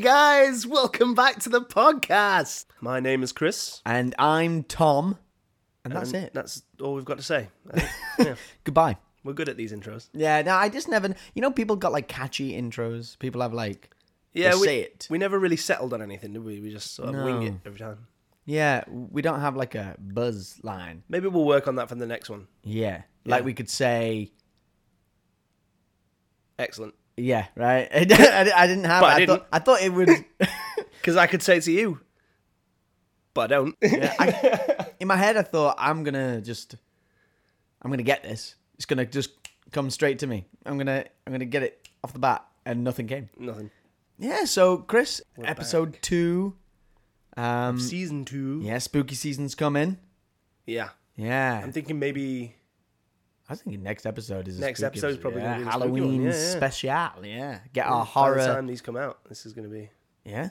guys, welcome back to the podcast. My name is Chris. And I'm Tom. And that's and it. That's all we've got to say. I think- yeah, Goodbye. we're good at these intros. Yeah, no, I just never. You know, people got like catchy intros. People have like. Yeah, Just we, say it. we never really settled on anything, did we? We just sort of wing it every time. Yeah, we don't have like a buzz line. Maybe we'll work on that for the next one. Yeah. Like Yeah. we could say. Excellent. Yeah, right? I didn't- I didn't have But it. I Thought, I thought it would. Because I could say to you, but I don't. in my head, I thought, I'm going to just. I'm going to get this. It's going to just come straight to me. I'm going to I'm going to get it off the bat. And nothing came. Nothing. Yeah, so Chris, episode two. Um, Season two. Yeah. yeah, spooky season's coming. Yeah, I'm thinking maybe. I was thinking next episode is a Next spooky episode's probably gonna yeah, be the spooky one, Halloween yeah, yeah. special. Yeah, get our By the horror. time these come out, this is going to be. Yeah,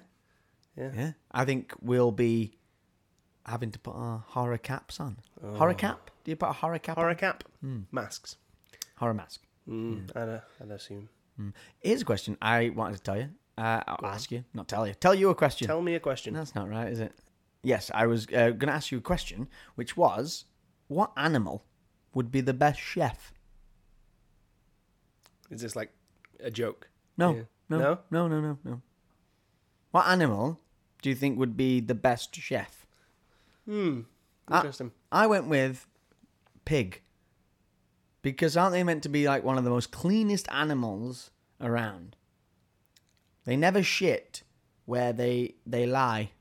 Yeah. yeah. I think we'll be having to put our horror caps on. Horror cap? Do you put a horror cap? Oh. Horror on? cap. Hmm. Masks. horror mask. Mm, I'd, I'd assume. Here's a question I wanted to tell you. Uh, I'll ask you, not tell you. Tell you a question. Tell me a question. That's not right, is it? Yes, I was uh, going to ask you a question, which was, what animal would be the best chef? Is this like a joke? No, Yeah. no, no, No? no, no, no, no. What animal do you think would be the best chef? Hmm. Ah. Interesting. I went with pig because aren't they meant to be like one of the most cleanest animals around? They never shit where they they lie.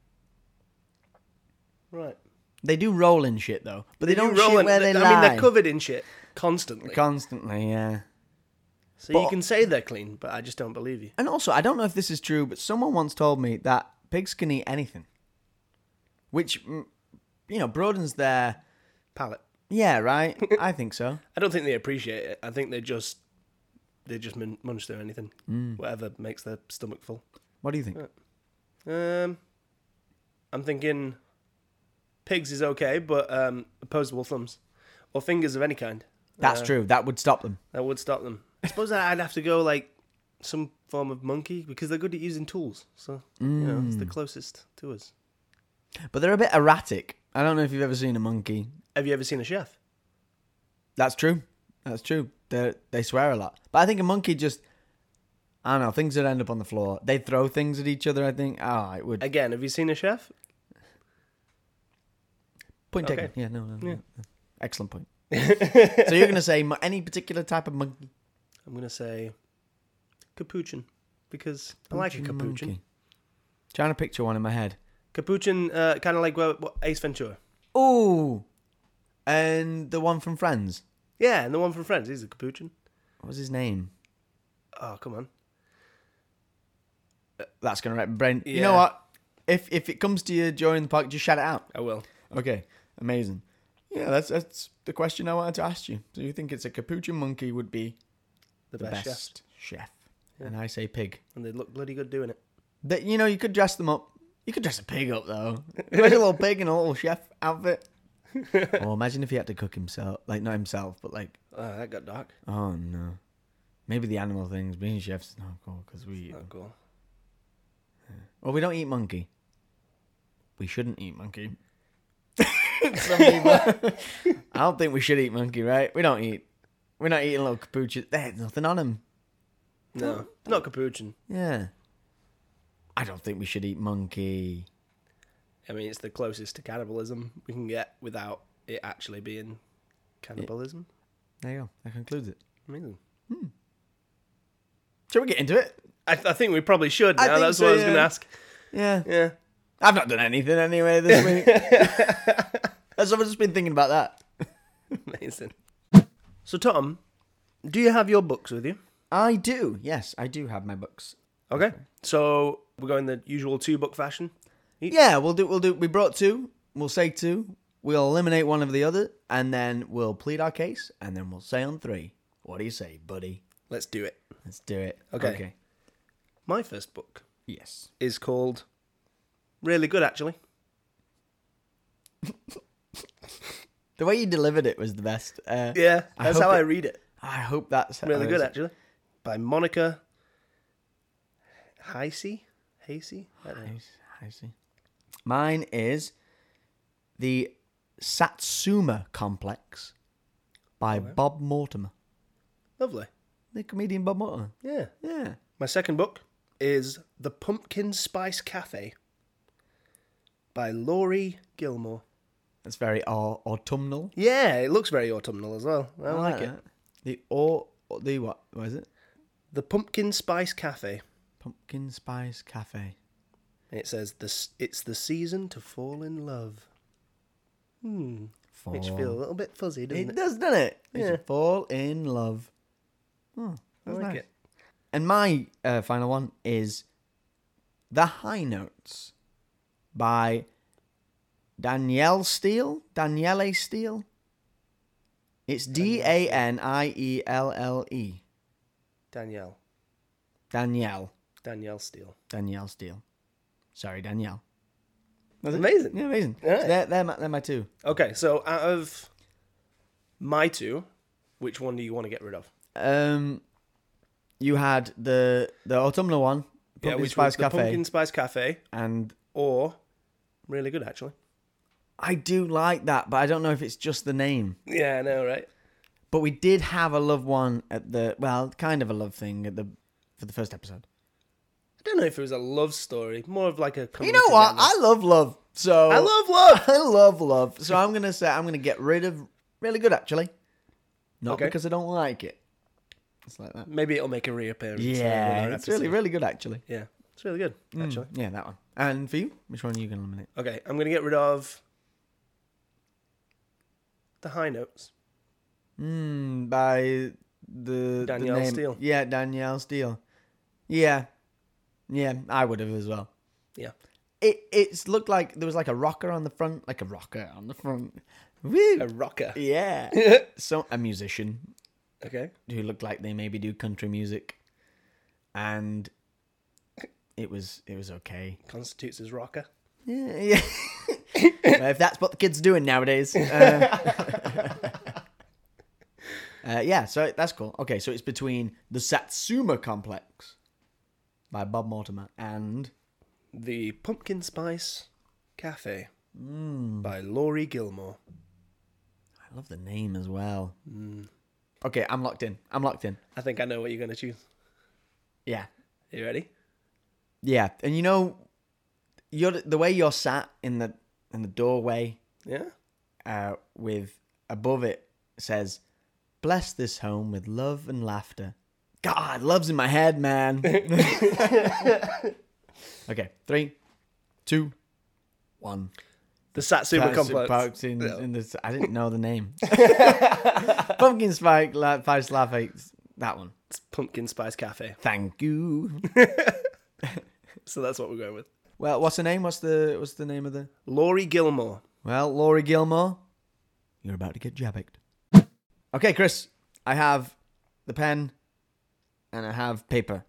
right. They do roll in shit though, but they, do don't roll shit in- where they I lie. mean, they're covered in shit constantly. constantly, yeah. so but- you can say they're clean, but I just don't believe you. And also, I don't know if this is true, but someone once told me that pigs can eat anything, which mm, you know broadens their Palate. yeah, right. I think so. I don't think they appreciate it. I think they just they just mun- munch through anything, Hmm. whatever makes their stomach full. What do you think? Um, I'm thinking pigs is okay, but um, opposable thumbs or fingers of any kind That's true. That would stop them. that would stop them. I suppose I'd have to go like some form of monkey because they're good at using tools. So you know, Hmm. it's the closest to us. But they're a bit erratic. I don't know if you've ever seen a monkey. Have you ever seen a chef? That's true. That's true. They they swear a lot. But I think a monkey just I don't know, things would end up on the floor. They throw things at each other, I think. Ah, it would Again, have you seen a chef? point okay. taken. Yeah, no, no, no. no. Excellent point. so you're going to say mo- any particular type of monkey? I'm gonna say capuchin because I like a capuchin. Monkey. Trying to picture one in my head. Capuchin, uh, kind of like well, what, Ace Ventura. Ooh. And the one from Friends. Yeah, and the one from Friends, he's a capuchin. What was his name? Oh come on, That's going to wreck my brain. You know Yeah. what? If if it comes to you during the park, just shout it out. I will. Okay, amazing. Yeah, that's that's the question I wanted to ask you. Do you think it's a capuchin monkey would be The, the best, best, chef, chef? And I say pig. and they look bloody good doing it. That you know you could dress them up. You could dress a pig up though. Wear a little pig in a little chef outfit. oh, imagine if he had to cook himself, like not himself, but like Oh, that got dark. oh no, maybe the animal things being chefs is not cool because we Oh, cool. well we don't eat monkey. We shouldn't eat monkey. Some people. I don't think we should eat monkey, right? We don't eat. We're not eating little capuchin. There's nothing on them. No, not capuchin. Yeah. I don't think we should eat monkey. I mean, it's the closest to cannibalism we can get without it actually being cannibalism. There you go. That concludes it. Amazing. Shall we get into it? I, I think we probably should. Now. I think That's so, what I was yeah. going to ask. Yeah. Yeah. I've not done anything anyway this week. That's I've just been thinking about that. Amazing. So, Tom, do you have your books with you? I do. Yes, I do have my books. Okay. So, we're going the usual two book fashion. Yeah, we'll do. We'll do. We brought two. We'll say two. We'll eliminate one of the other, and then we'll plead our case, and then we'll say on three. What do you say, buddy? Let's do it. Let's do it. Okay. My first book Yes. is called Really Good, actually. The way you delivered it was the best. Uh, Yeah. I That's hope how I it- read it. I hope that's Really how good, it's- actually. By Monica Heisey. Hasty? I don't know. I, I see. Mine is the Satsuma Complex Oh, by Bob Mortimer, Lovely. the comedian Bob Mortimer. Yeah. Yeah. My second book is The Pumpkin Spice Cafe by Laurie Gilmore. That's very au- autumnal. Yeah, it looks very autumnal as well. I, like, it. that. The or the what? What is it? The Pumpkin Spice Cafe. Pumpkin Spice Cafe. And it says this it's the season to fall in love. Hmm. For... Makes you feel a little bit fuzzy, doesn't It it? does, doesn't it? It's Yeah. a fall in love. Hmm, I that's like nice. it. And my uh, final one is The High Notes by Danielle Steele. Danielle Steele. It's D A N I E L L E. Danielle. Danielle. Danielle Steele. Danielle Steele. Sorry, Danielle. That's it. Amazing. Yeah, amazing. Alright. So they're, they're, my, they're my two. Okay, so out of my two, which one do you want to get rid of? Um, you had the the autumnal one, Pumpkin which was Spice the Cafe, Pumpkin Spice Cafe and or really good actually. I do like that, but I don't know if it's just the name. Yeah, I know, right? But we did have a love one at the well, kind of a love thing at the for the first episode. I don't know if it was a love story, more of like a. You coming know what? together. I love love, so I love love. I love love. So I'm gonna say I'm gonna get rid of really good actually, not Okay. because I don't like it. It's like that. Maybe it'll make a reappearance. in Yeah, another it's really Hmm. episode. really good actually. yeah, it's really good actually. Yeah, that one. And for you, which one are you gonna eliminate? Okay, I'm gonna get rid of the high notes. Mm, by the the Danielle name- Steele. Yeah, Danielle Steele. Yeah, yeah, I would have as well. Yeah, It it's looked like there was like a rocker on the front, like a rocker on the front. Woo. a rocker. Yeah, so a musician Okay, who looked like they maybe do country music, and it was it was okay. constitutes as rocker. Yeah, yeah. Well, if that's what the kids are doing nowadays. uh, uh, yeah, so that's cool. Okay, so it's between the Satsuma Complex by Bob Mortimer and The pumpkin spice cafe by Laurie Gilmore. I love the name as well. Okay, I'm locked in. I'm locked in. I think I know what you're gonna choose. Yeah, you ready? yeah. And you know, you're the way you're sat in the in the doorway Yeah. uh, with above it says, "Bless this home with love and laughter." God, love's in my head, man. okay, three, two, one. The Satsuma Parks- complex. Parks in, in the, I didn't know the name. Pumpkin Spike, la, Spice Latte. That one. It's pumpkin spice cafe. Thank you. So that's what we're going with. Well, what's the name? What's the what's the name of the? Laurie Gilmore. Well, Laurie Gilmore, you're about to get jabbicked. Okay, Chris, I have the pen and I have paper.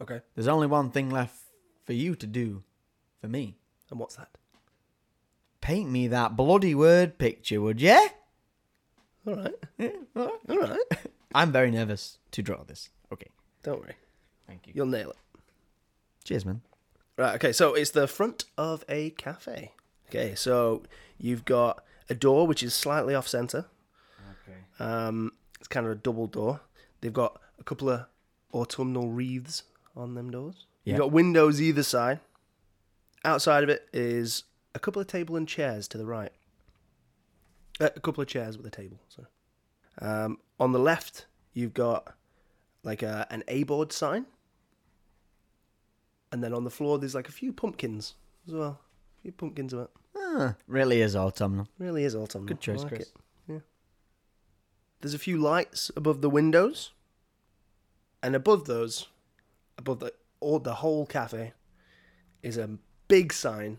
Okay. There's only one thing left for you to do for me. And what's that? Paint me that bloody word picture, would ya? All right. Yeah, all right. All right. I'm very nervous to draw this. Okay. Don't worry. Thank you. You'll nail it. Cheers, man. Right. Okay. So it's the front of a cafe. Okay. So you've got a door which is slightly off center. Okay. Um, it's kind of a double door. They've got a couple of autumnal wreaths on them doors. Yeah. You've got windows either side. Outside of it is a couple of table and chairs to the right. Uh, a couple of chairs with a table. Sorry. Um, on the left, you've got like a, an A board sign. And then on the floor, there's like a few pumpkins as well. A few pumpkins about. Ah, really is autumnal. Really is autumnal. Good choice, I like Chris. it. Yeah. There's a few lights above the windows, and above those, above the all the whole cafe, is a big sign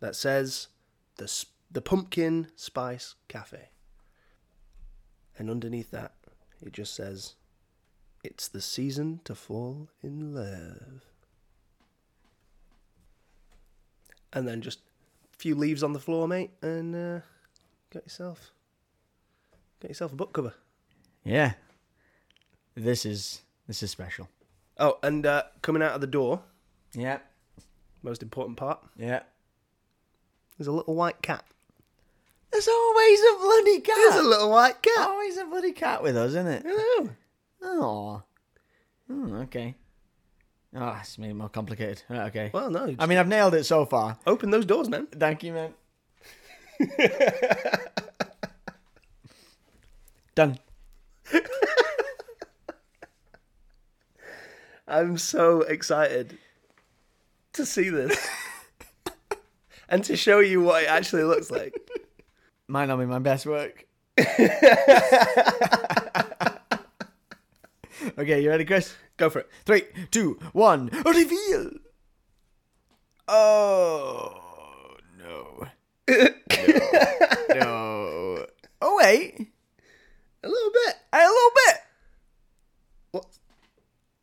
that says the s- the Pumpkin Spice Cafe. And underneath that, it just says, "It's the season to fall in love." And then just a few leaves on the floor, mate, and uh, Got yourself. Got yourself a book cover. Yeah. This is this is special. Oh, and uh, coming out of the door, Yeah. most important part. Yeah. There's a little white cat. There's always a bloody cat. There's a little white cat. always a bloody cat with us, isn't it? Hello. Oh. Hmm, okay. Ah, it's made it more complicated. Right, okay. Well, no. I just mean, I've nailed it so far. open those doors, man. Thank you, man. Done. I'm so excited to see this and to show you what it actually looks like. Might not be my best work. okay, you ready, Chris? Go for it. Three, two, one, reveal! Oh, no. no. No. Oh, wait. A little bit. A little bit. What?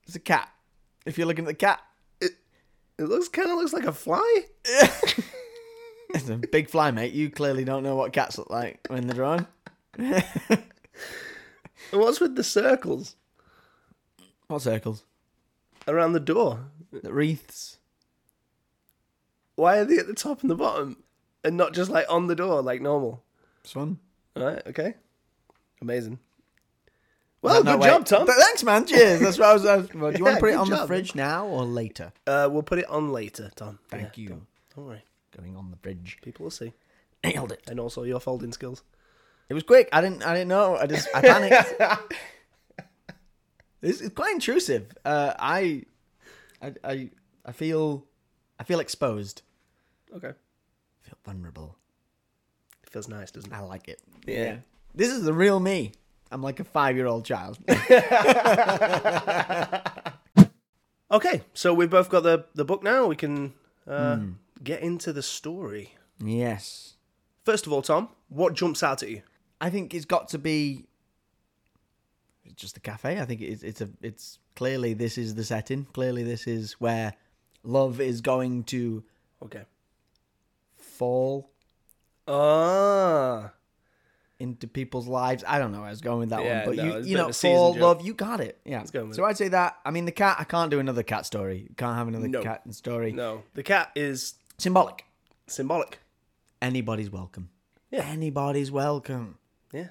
It's a cat. If you're looking at the cat, It looks kind of looks like a fly. it's a big fly, mate. You clearly don't know what cats look like when they're drawn. And what's with the circles what circles? around the door? The wreaths. Why are they at the top and the bottom and not just like on the door like normal? Swan. All right. Okay. Amazing. Well, No, good wait. job, Tom. Th- thanks, man. Cheers. That's what I was asking. for. Do you Yeah, want to put it good on the job. fridge now or later? Uh, we'll put it on later, Tom. Thank Yeah, you. Don't, don't worry. Going on the fridge. People will see. Nailed it. And also your folding skills. It was quick. I didn't. I didn't know. I just. I panicked. it's, it's quite intrusive. Uh, I, I, I, I feel, I feel exposed. Okay. I feel vulnerable. It feels nice, doesn't it? I like it. Yeah. This is the real me. I'm like a five-year-old child. Okay, so we've both got the, the book now. We can uh, get into the story. yes. First of all, Tom, what jumps out at you? I think it's got to be it's just a cafe. I think it's it's a it's clearly this is the setting. Clearly this is where love is going to Okay. fall Ah. into people's lives. I don't know where I was going with that Yeah, one, but no, you it's a you bit of know a season fall joke. love. You got it. Yeah. going with so I'd say that. I mean the cat. I can't do another cat story. Can't have another No. cat story. No, the cat is Symbolic. symbolic. Anybody's welcome. Yeah. Anybody's welcome. Yeah.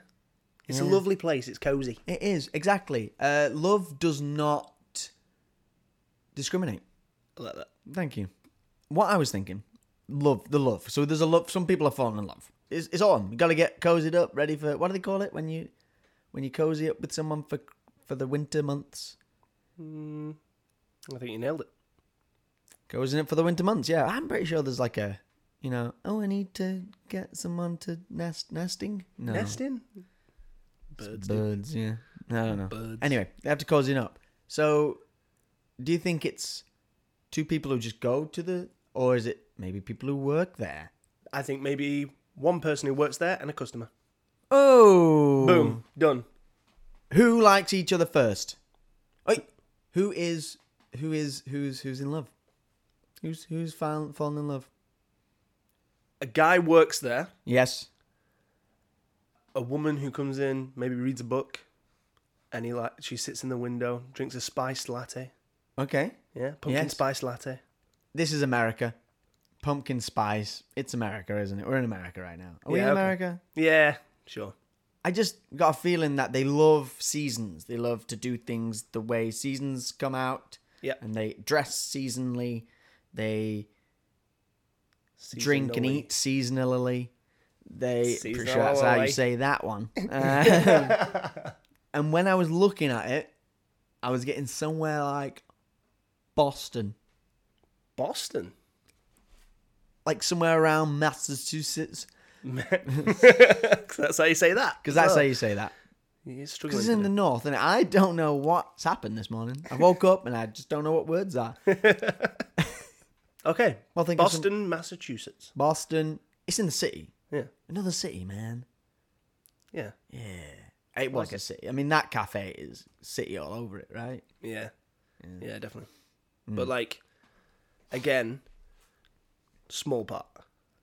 It's a lovely place. It's cozy. It is exactly. Uh, love does not discriminate. I like that. Thank you. What I was thinking, love the love. So there's a love. Some people are falling in love. It's, it's autumn. You gotta get cozied up, ready for what do they call it when you when you cozy up with someone for for the winter months. I think you nailed it. Cozying up for the winter months. Yeah, I'm pretty sure there's like a you know. Oh, I need to get someone to nest nesting. No. Nesting? Birds. do. Birds, yeah. I don't know. Birds. Anyway, they have to cozy up. So, do you think it's two people who just go to the, or is it maybe people who work there? I think maybe one person who works there and a customer. Oh, Boom. Done. Who likes each other first? Oi, who is who is who's who's in love? Who's who's fall, fallen in love? A guy works there. Yes. a woman who comes in, maybe reads a book, and he like she sits in the window, drinks a spiced latte. Okay. Yeah, pumpkin Yes. spice latte. This is America. Pumpkin spice. It's America, isn't it? We're in America right now. Are we Yeah, in okay. America? Yeah, sure. I just got a feeling that they love seasons. They love to do things the way seasons come out. Yeah. And they dress seasonally. They drink and Seasonally. eat seasonally. They pretty sure Seasonally. that's how you say that one. Um, and when I was looking at it, I was getting somewhere like Boston, Boston. like somewhere around Massachusetts, 'Cause that's how you say that. because that's how you say that. you're Because struggling. it's in the today. north, and I don't know what's happened this morning. I woke up and I just don't know what words are. Okay, Well, think of some- Boston, Massachusetts. Boston. It's in the city. Yeah, Another city, man. yeah, Yeah. It was a city. I mean, that cafe is city all over it, right? yeah, yeah, definitely. Mm. But like, again, small part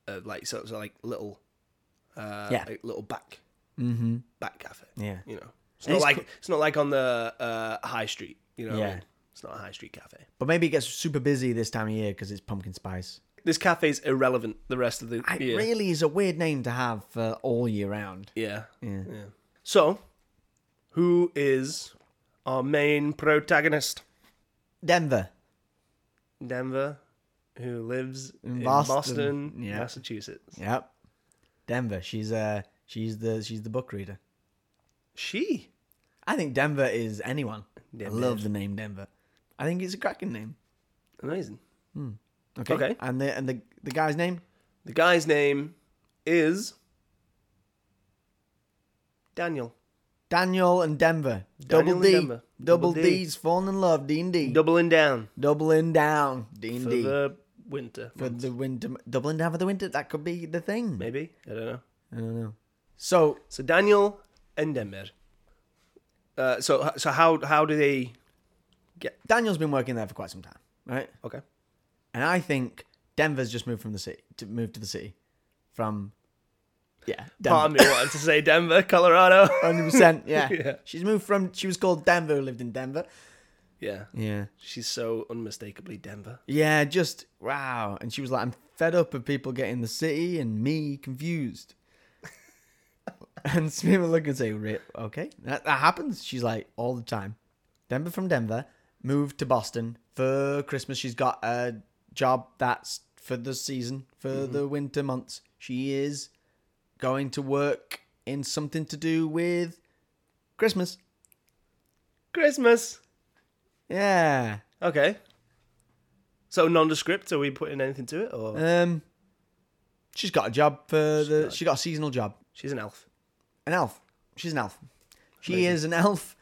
of like so, so like little, uh, Yeah. like little back Mm-hmm. back cafe. Yeah. you know. It's And not it's like co- it's not like on the uh, high street, you know. what I Yeah. mean? It's not a high street cafe. But maybe it gets super busy this time of year because it's pumpkin spice. This cafe's irrelevant the rest of the It year. really is a weird name to have for all year round. yeah. Yeah. So, who is our main protagonist? Denver. Denver, who lives in, Boston. Boston, Yeah. Massachusetts. Yep. Denver. She's uh she's the she's the book reader. She. I think Denver is anyone. Denver. I love the name Denver. I think it's a cracking name. Amazing. Okay. Okay. And the and the the guy's name? The guy's name is Daniel. Daniel and Denver. Daniel Double and D. Denver. Double, Double D. D's falling in love, D and D. Doubling down Doubling down, D and for D. the winter. For the winter, doubling down for the winter. That could be the thing. Maybe. I don't know. I don't know. So So Daniel and Denver. Uh, so so how how do they Daniel's been working there for quite some time, right? okay And I think Denver's just moved from the city to move to the city from yeah, Part Denver. of me wanted to say Denver, Colorado. Hundred percent, yeah. Yeah. She's moved from. She was called Denver. Lived in Denver. yeah, Yeah. she's so unmistakably Denver. Yeah. Just wow. And she was like, "I'm fed up of people getting the city and me confused." and Smith would look and say, "Re- "Okay, that, that happens." She's like all the time. Denver from Denver moved to Boston for Christmas. She's got a job that's for the season for the winter months. She is going to work in something to do with Christmas. Christmas. Yeah. Okay. So nondescript. Are we putting anything to it, or Um, she's got a job for the. got- She got a seasonal job. she's an elf? An elf. She's an elf. She is an elf.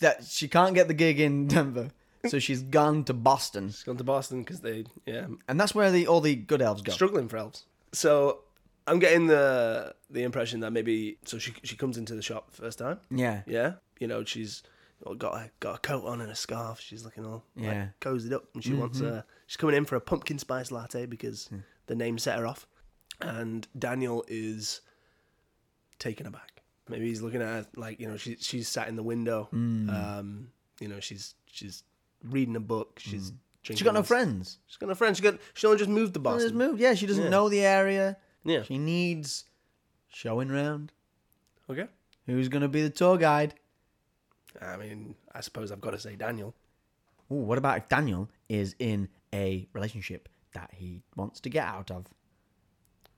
That she can't get the gig in Denver, so she's gone to Boston, She's gone to Boston because they yeah and that's where the all the good elves go. struggling for elves. So I'm getting the the impression that maybe so she she comes into the shop first time. Yeah. Yeah, you know she's got a, got a coat on and a scarf. She's looking all Yeah. Mm-hmm. like, cozied up, and she wants a. She's coming in for a pumpkin spice latte because the name set her off, and Daniel is taken aback. Maybe he's looking at her like you know she she's sat in the window. Mm. Um, you know she's she's reading a book. She's drinking. Mm. She's got no this- friends. She's got no friends. She got she only just moved to She just Boston. moved. Yeah, she doesn't know the area. Yeah. She needs showing round. Okay. Who's gonna be the tour guide? I mean, I suppose I've got to say Daniel. Ooh, what about if Daniel is in a relationship that he wants to get out of?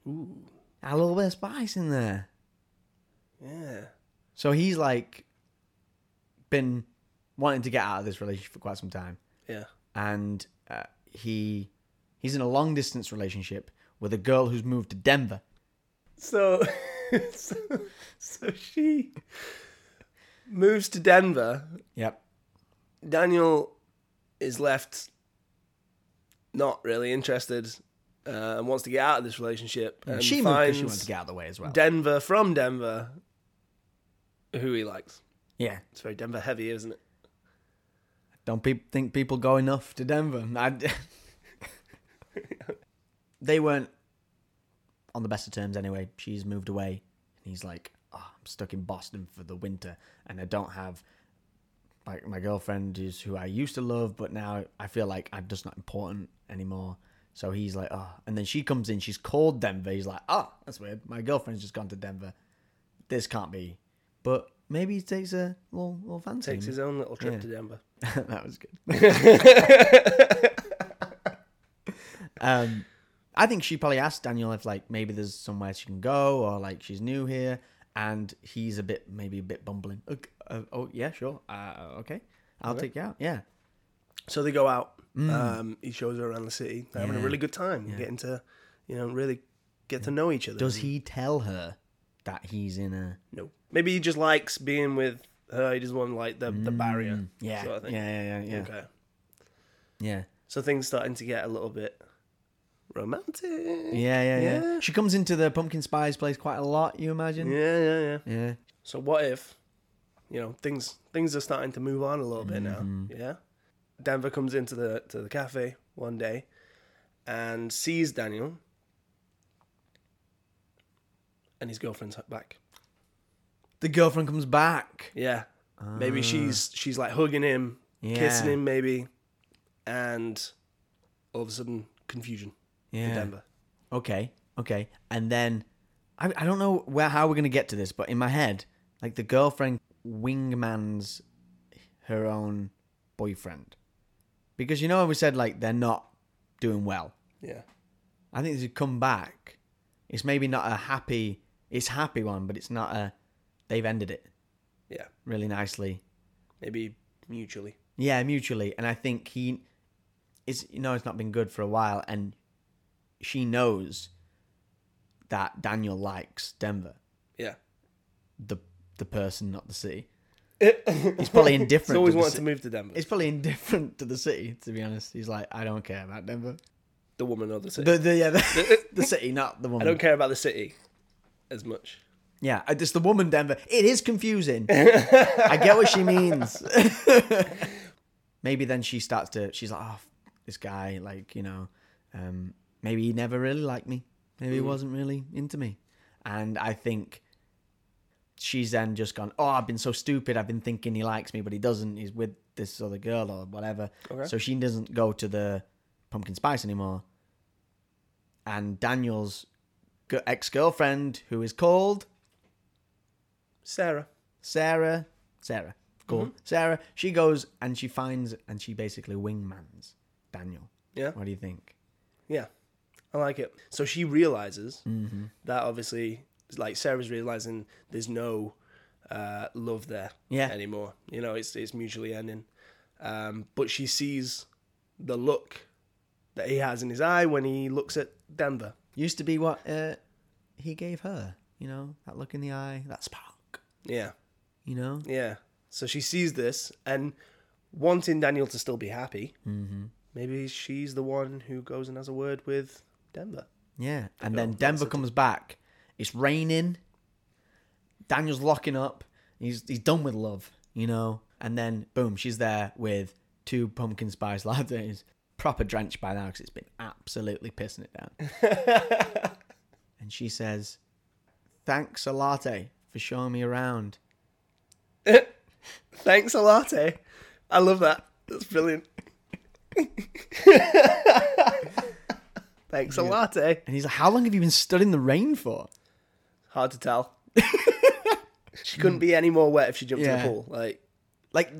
Ooh. A little bit of spice in there. Yeah. So he's like been wanting to get out of this relationship for quite some time, Yeah. and uh, he he's in a long distance relationship with a girl who's moved to Denver. So, so, so she moves to Denver. Yep. Daniel is left not really interested uh, and wants to get out of this relationship. And she moved because finds she wanted to get out of the way as well. Denver from Denver, who he likes. yeah. It's very Denver heavy, isn't it? Don't pe- think people go enough to Denver. I- they weren't on the best of terms anyway. She's moved away, and he's like, oh, "I'm stuck in Boston for the winter, and I don't have my my girlfriend is who I used to love, but now I feel like I'm just not important anymore." So he's like, "Oh," and then she comes in. She's called Denver. He's like, "Oh, that's weird. My girlfriend's just gone to Denver. This can't be." But maybe he takes a little, little fancy. Takes his own little trip to Denver. that was good. um, I think she probably asked Daniel if like maybe there's somewhere she can go or like she's new here, and he's a bit maybe a bit bumbling. Okay, uh, oh yeah, sure. Uh, okay, I'll take you out. Yeah, So they go out. Um, he shows her around the city. They're having a Mm. Yeah. really good time, getting to, you know, really get to know each other. does he tell her that he's in a No. Maybe he just likes being with her. He doesn't want like the, the barrier. Mm, yeah Mm. sort of thing. yeah yeah yeah yeah, Okay. yeah. So things starting to get a little bit romantic. Yeah, Yeah, yeah, yeah, Yeah. She comes into the pumpkin spice place quite a lot. You imagine? yeah, yeah. yeah. So what if, you know, things things are starting to move on a little bit now. Mm-hmm. Yeah. Denver comes into the to the cafe one day, and sees Daniel, and his girlfriend's back. The girlfriend comes back. Yeah. Maybe she's she's like hugging him Ah. Yeah. kissing him maybe, and all of a sudden confusion Yeah. in Denver. Okay. Okay. And then I I don't know where how we're gonna get to this, but in my head, like the girlfriend wingman's her own boyfriend. Because you know we said like they're not doing well. Yeah, I think this has come back. It's maybe not a happy it's happy one, but it's not a they've ended it yeah, really nicely. maybe mutually. Yeah, mutually. And I think he is you know it's not been good for a while and she knows that Daniel likes Denver, Yeah, the the person, not the city. he's probably indifferent He's always to the wanted si- to move to Denver. It's probably indifferent to the city, to be honest. He's like, I don't care about Denver. the woman or the city. The, the yeah, the, the city, not the I woman. don't care about the city as much. Yeah, I- it's the woman Denver. It is confusing. I get what she means. maybe then she starts to. She's like, oh, f- this guy, like you know, um, maybe he never really liked me. Maybe he wasn't really into me. And I think she's then just gone. Oh, I've been so stupid. I've been thinking he likes me, but he doesn't. He's with this other girl or whatever. Okay. So she doesn't go to the pumpkin spice anymore. And Daniel's ex girlfriend, who is called Sarah. Sarah, Sarah, cool. Sarah, she goes and she finds and she basically wingmans Daniel. Yeah. What do you think? Yeah, I like it. So she realizes that obviously, like Sarah's realizing there's no uh, love there Yeah. anymore. You know, it's it's mutually ending. Um, but she sees the look that he has in his eye when he looks at Denver. Used to be what uh, he gave her, you know, that look in the eye, that spark, Yeah, you know? yeah. So she sees this and wanting Daniel to still be happy. Maybe she's the one who goes and has a word with Denver. Yeah. And then Denver comes back. It's raining. Daniel's locking up. He's he's done with love, you know. And then boom, she's there with two pumpkin spice lattes, proper drenched by now because it's been absolutely pissing it down. and she says, "Thanks a latte for showing me around." Thanks a latte. I love that. That's brilliant. Thanks a eh? latte. And he's like, "How long have you been stood in the rain for?" Hard to tell. she couldn't be any more wet if she jumped in Yeah. the pool. Like Like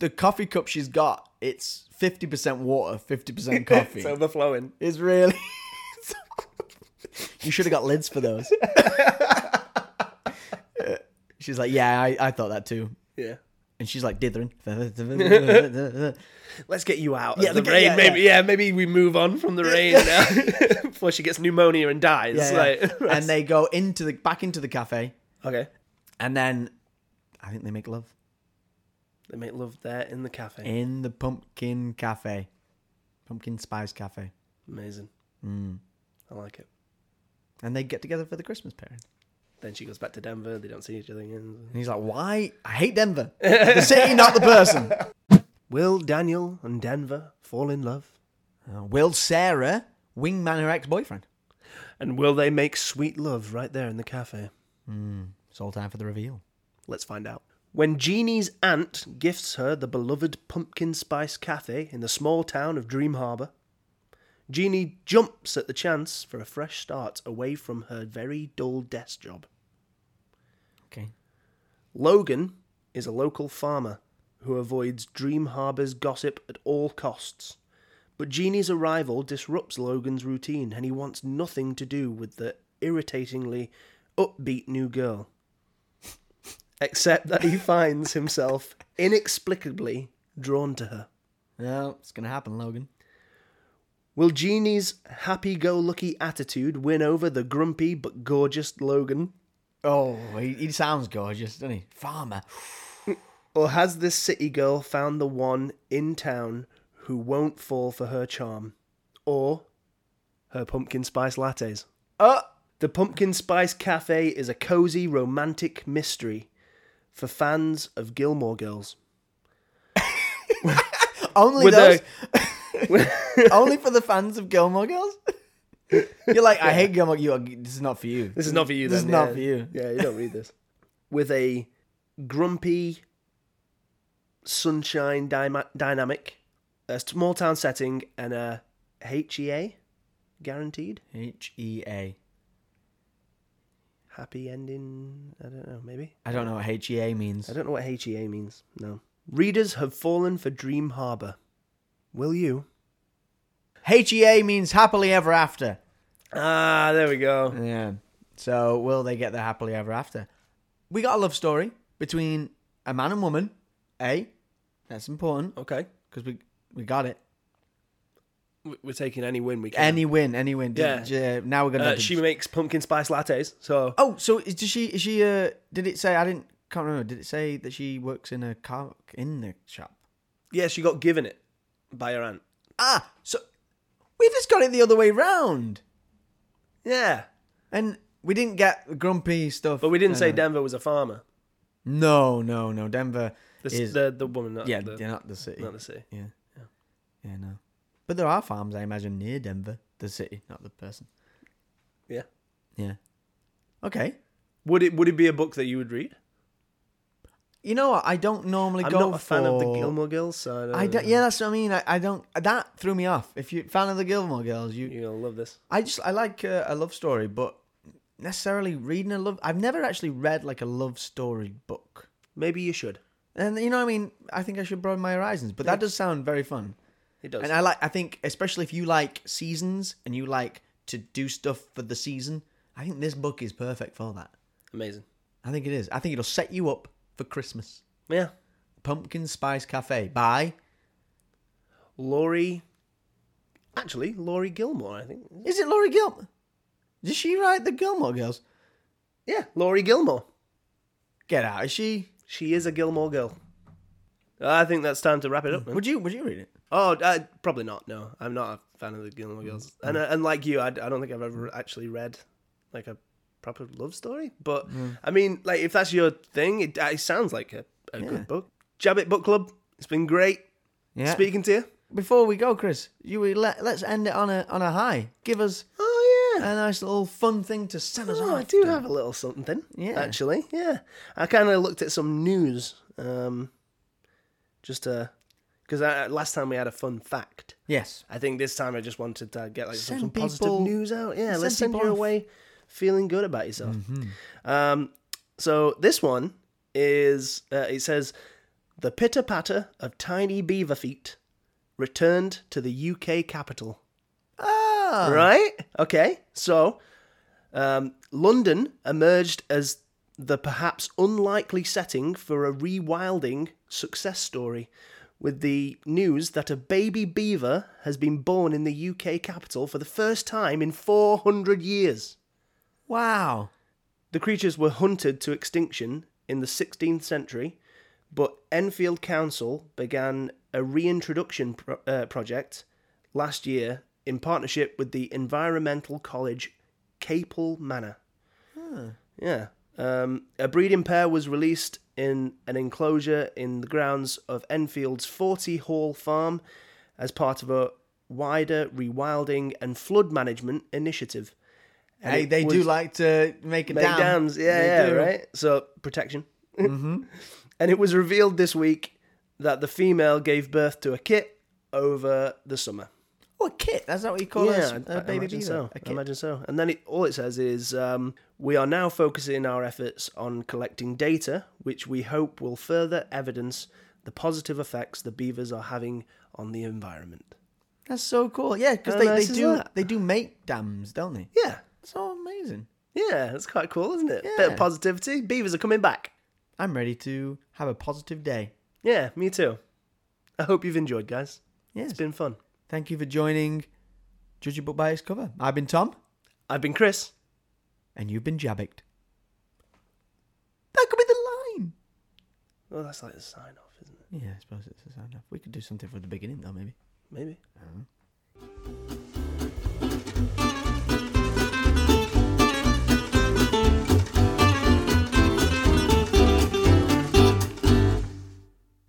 the coffee cup she's got, it's fifty percent water, fifty percent coffee. it's overflowing. It's really. you should have got lids for those. she's like, yeah, I, I thought that too. Yeah. And she's like dithering. Let's get you out. Yeah, Yeah, the okay, rain. yeah, maybe. Yeah. maybe we move on from the rain now before she gets pneumonia and dies. Yeah, like, yeah. and they go into the back into the cafe, okay, and then I think they make love they make love there in the cafe. in the pumpkin cafe, pumpkin spice cafe, Amazing. Mm. I like it. and they get together for the Christmas period. Then she goes back to Denver. They don't see each other again. And he's like, why? I hate Denver. The city, not the person. Will Daniel and Denver fall in love? Uh, will Sarah wingman her ex boyfriend? And will they make sweet love right there in the cafe? It's all time for the reveal. Let's find out. When Jeannie's aunt gifts her the beloved Pumpkin Spice Cafe in the small town of Dream Harbour, Jeannie jumps at the chance for a fresh start away from her very dull desk job. Okay. Logan is a local farmer who avoids Dream Harbour's gossip at all costs. But Jeannie's arrival disrupts Logan's routine and he wants nothing to do with the irritatingly upbeat new girl. Except that he finds himself inexplicably drawn to her. No, it's gonna happen, Logan. Will Jeannie's happy go lucky attitude win over the grumpy but gorgeous Logan? Oh, he, he sounds gorgeous, doesn't he? Farmer. Or has this city girl found the one in town who won't fall for her charm? Or her pumpkin spice lattes? Oh, The Pumpkin Spice Cafe is a cozy, romantic mystery for fans of Gilmore Girls. only With those. only for the fans of Gilmore Girls. You're like, I hate Gilmore. You, are, this is not for you. This is not for you, This then. is not yeah. for you. Yeah, you don't read this. With a grumpy, sunshine dyma- dynamic, a small town setting, and a HEA guaranteed H E A. happy ending. I don't know, maybe. I don't know what H E A means. I don't know what HEA means. No. Readers have fallen for Dream Harbor. Will you? H E A means happily ever after. Ah, there we go. Yeah. So will they get their happily ever after? We got a love story between a man and woman. A. That's important Okay. because we we got it. We- We're taking any win we can. Any win, any win. Yeah. yeah. Now we're gonna. Uh, have to- she makes pumpkin spice lattes, so Oh, so is, does she? Is she? Uh, did it say? I didn't. Can't remember. Did it say that she works in a car in the shop? yeah, she got given it by her aunt. Ah, so we just got it the other way round, Yeah, and we didn't get the grumpy stuff. but we didn't say Denver. Denver was a farmer. No, no, no. Denver The, is the the woman, not yeah, the, they're not the city. not the city. yeah. yeah, no. But there are farms, I imagine, near Denver, the city, not the person. Yeah. Yeah. Okay. Would it would it be a book that you would read? You know, what? I don't normally I'm go not a fan of the for- Gilmore Girls, so I don't. I don't, yeah, that's what I mean. I, I don't. That threw me off. If you fan of the Gilmore Girls, you, You're gonna love this. I just I like uh, a love story, but necessarily reading a love. I've never actually read like a love story book, Maybe you should. and you know, what I mean, I think I should broaden my horizons. But that does sound very fun, It does. and I like. I think especially if you like seasons and you like to do stuff for the season, I think this book is perfect for that. Amazing. I think it is. I think it'll set you up for Christmas. Yeah, Pumpkin Spice Cafe by Laurie. Actually, Laurie Gilmore, I think. is it Laurie Gilmore? Did she write the Gilmore Girls? Yeah, Laurie Gilmore. Get out! Is she? She is a Gilmore girl. I think that's time to wrap it up. Man. Would you? Would you read it? Oh, uh, probably not. No, I'm not a fan of the Gilmore Girls, and uh, and like you, I, d- I don't think I've ever actually read like a proper love story. But I mean, like if that's your thing, it, it sounds like a, a Yeah. good book. Jabbit Book Club. It's been great Yeah. speaking to you. before we go, Chris, you let let's end it on a on a high. Give us Oh yeah. a nice little fun thing to send us Oh, off. I do have a little something. Yeah. Actually, yeah. I kind of looked at some news, um, just because I last time we had a fun fact. Yes. I think this time I just wanted to get like some, Send some positive people- news out. Yeah, let's send send people you off. Mm-hmm. away feeling good about yourself. Um, so this one is uh, it says the pitter patter of tiny beaver feet returned to the UK capital. Ah. Right? Okay. So, um, London emerged as the perhaps unlikely setting for a rewilding success story with the news that a baby beaver has been born in the UK capital for the first time in 400 years. Wow. The creatures were hunted to extinction in the 16th century, but Enfield Council began a reintroduction pro- uh, project last year in partnership with the Environmental College Capel Manor. Yeah. Um, a breeding pair was released in an enclosure in the grounds of Enfield's 40 Hall Farm as part of a wider rewilding and flood management initiative. And Hey, it they do was- like to make a Make dam. dams, yeah, They yeah, do. Mm-hmm. right. So protection. and it was revealed this week that the female gave birth to a kit over the summer. Oh, a kit. That's not what you call yeah, a, a I baby imagine beaver. so. A I kit. imagine so. And then it, all it says is um, we are now focusing our efforts on collecting data, which we hope will further evidence the positive effects the beavers are having on the environment. That's so cool. Yeah, because How they, nice they is do that? they do make dams, don't they? Yeah, So amazing. yeah, that's quite cool, isn't it? Bit Yeah. of positivity. Beavers are coming back. I'm ready to have a positive day. Yeah, me too. I hope you've enjoyed, guys. Yes. It's been fun. Thank you for joining. Judge your book by its cover. I've been Tom, I've been Chris. and you've been Jabbicked. That could be the line. Well, that's like the sign off, isn't it? Yeah, I suppose it's a sign off. We could do something for the beginning though, maybe. Maybe.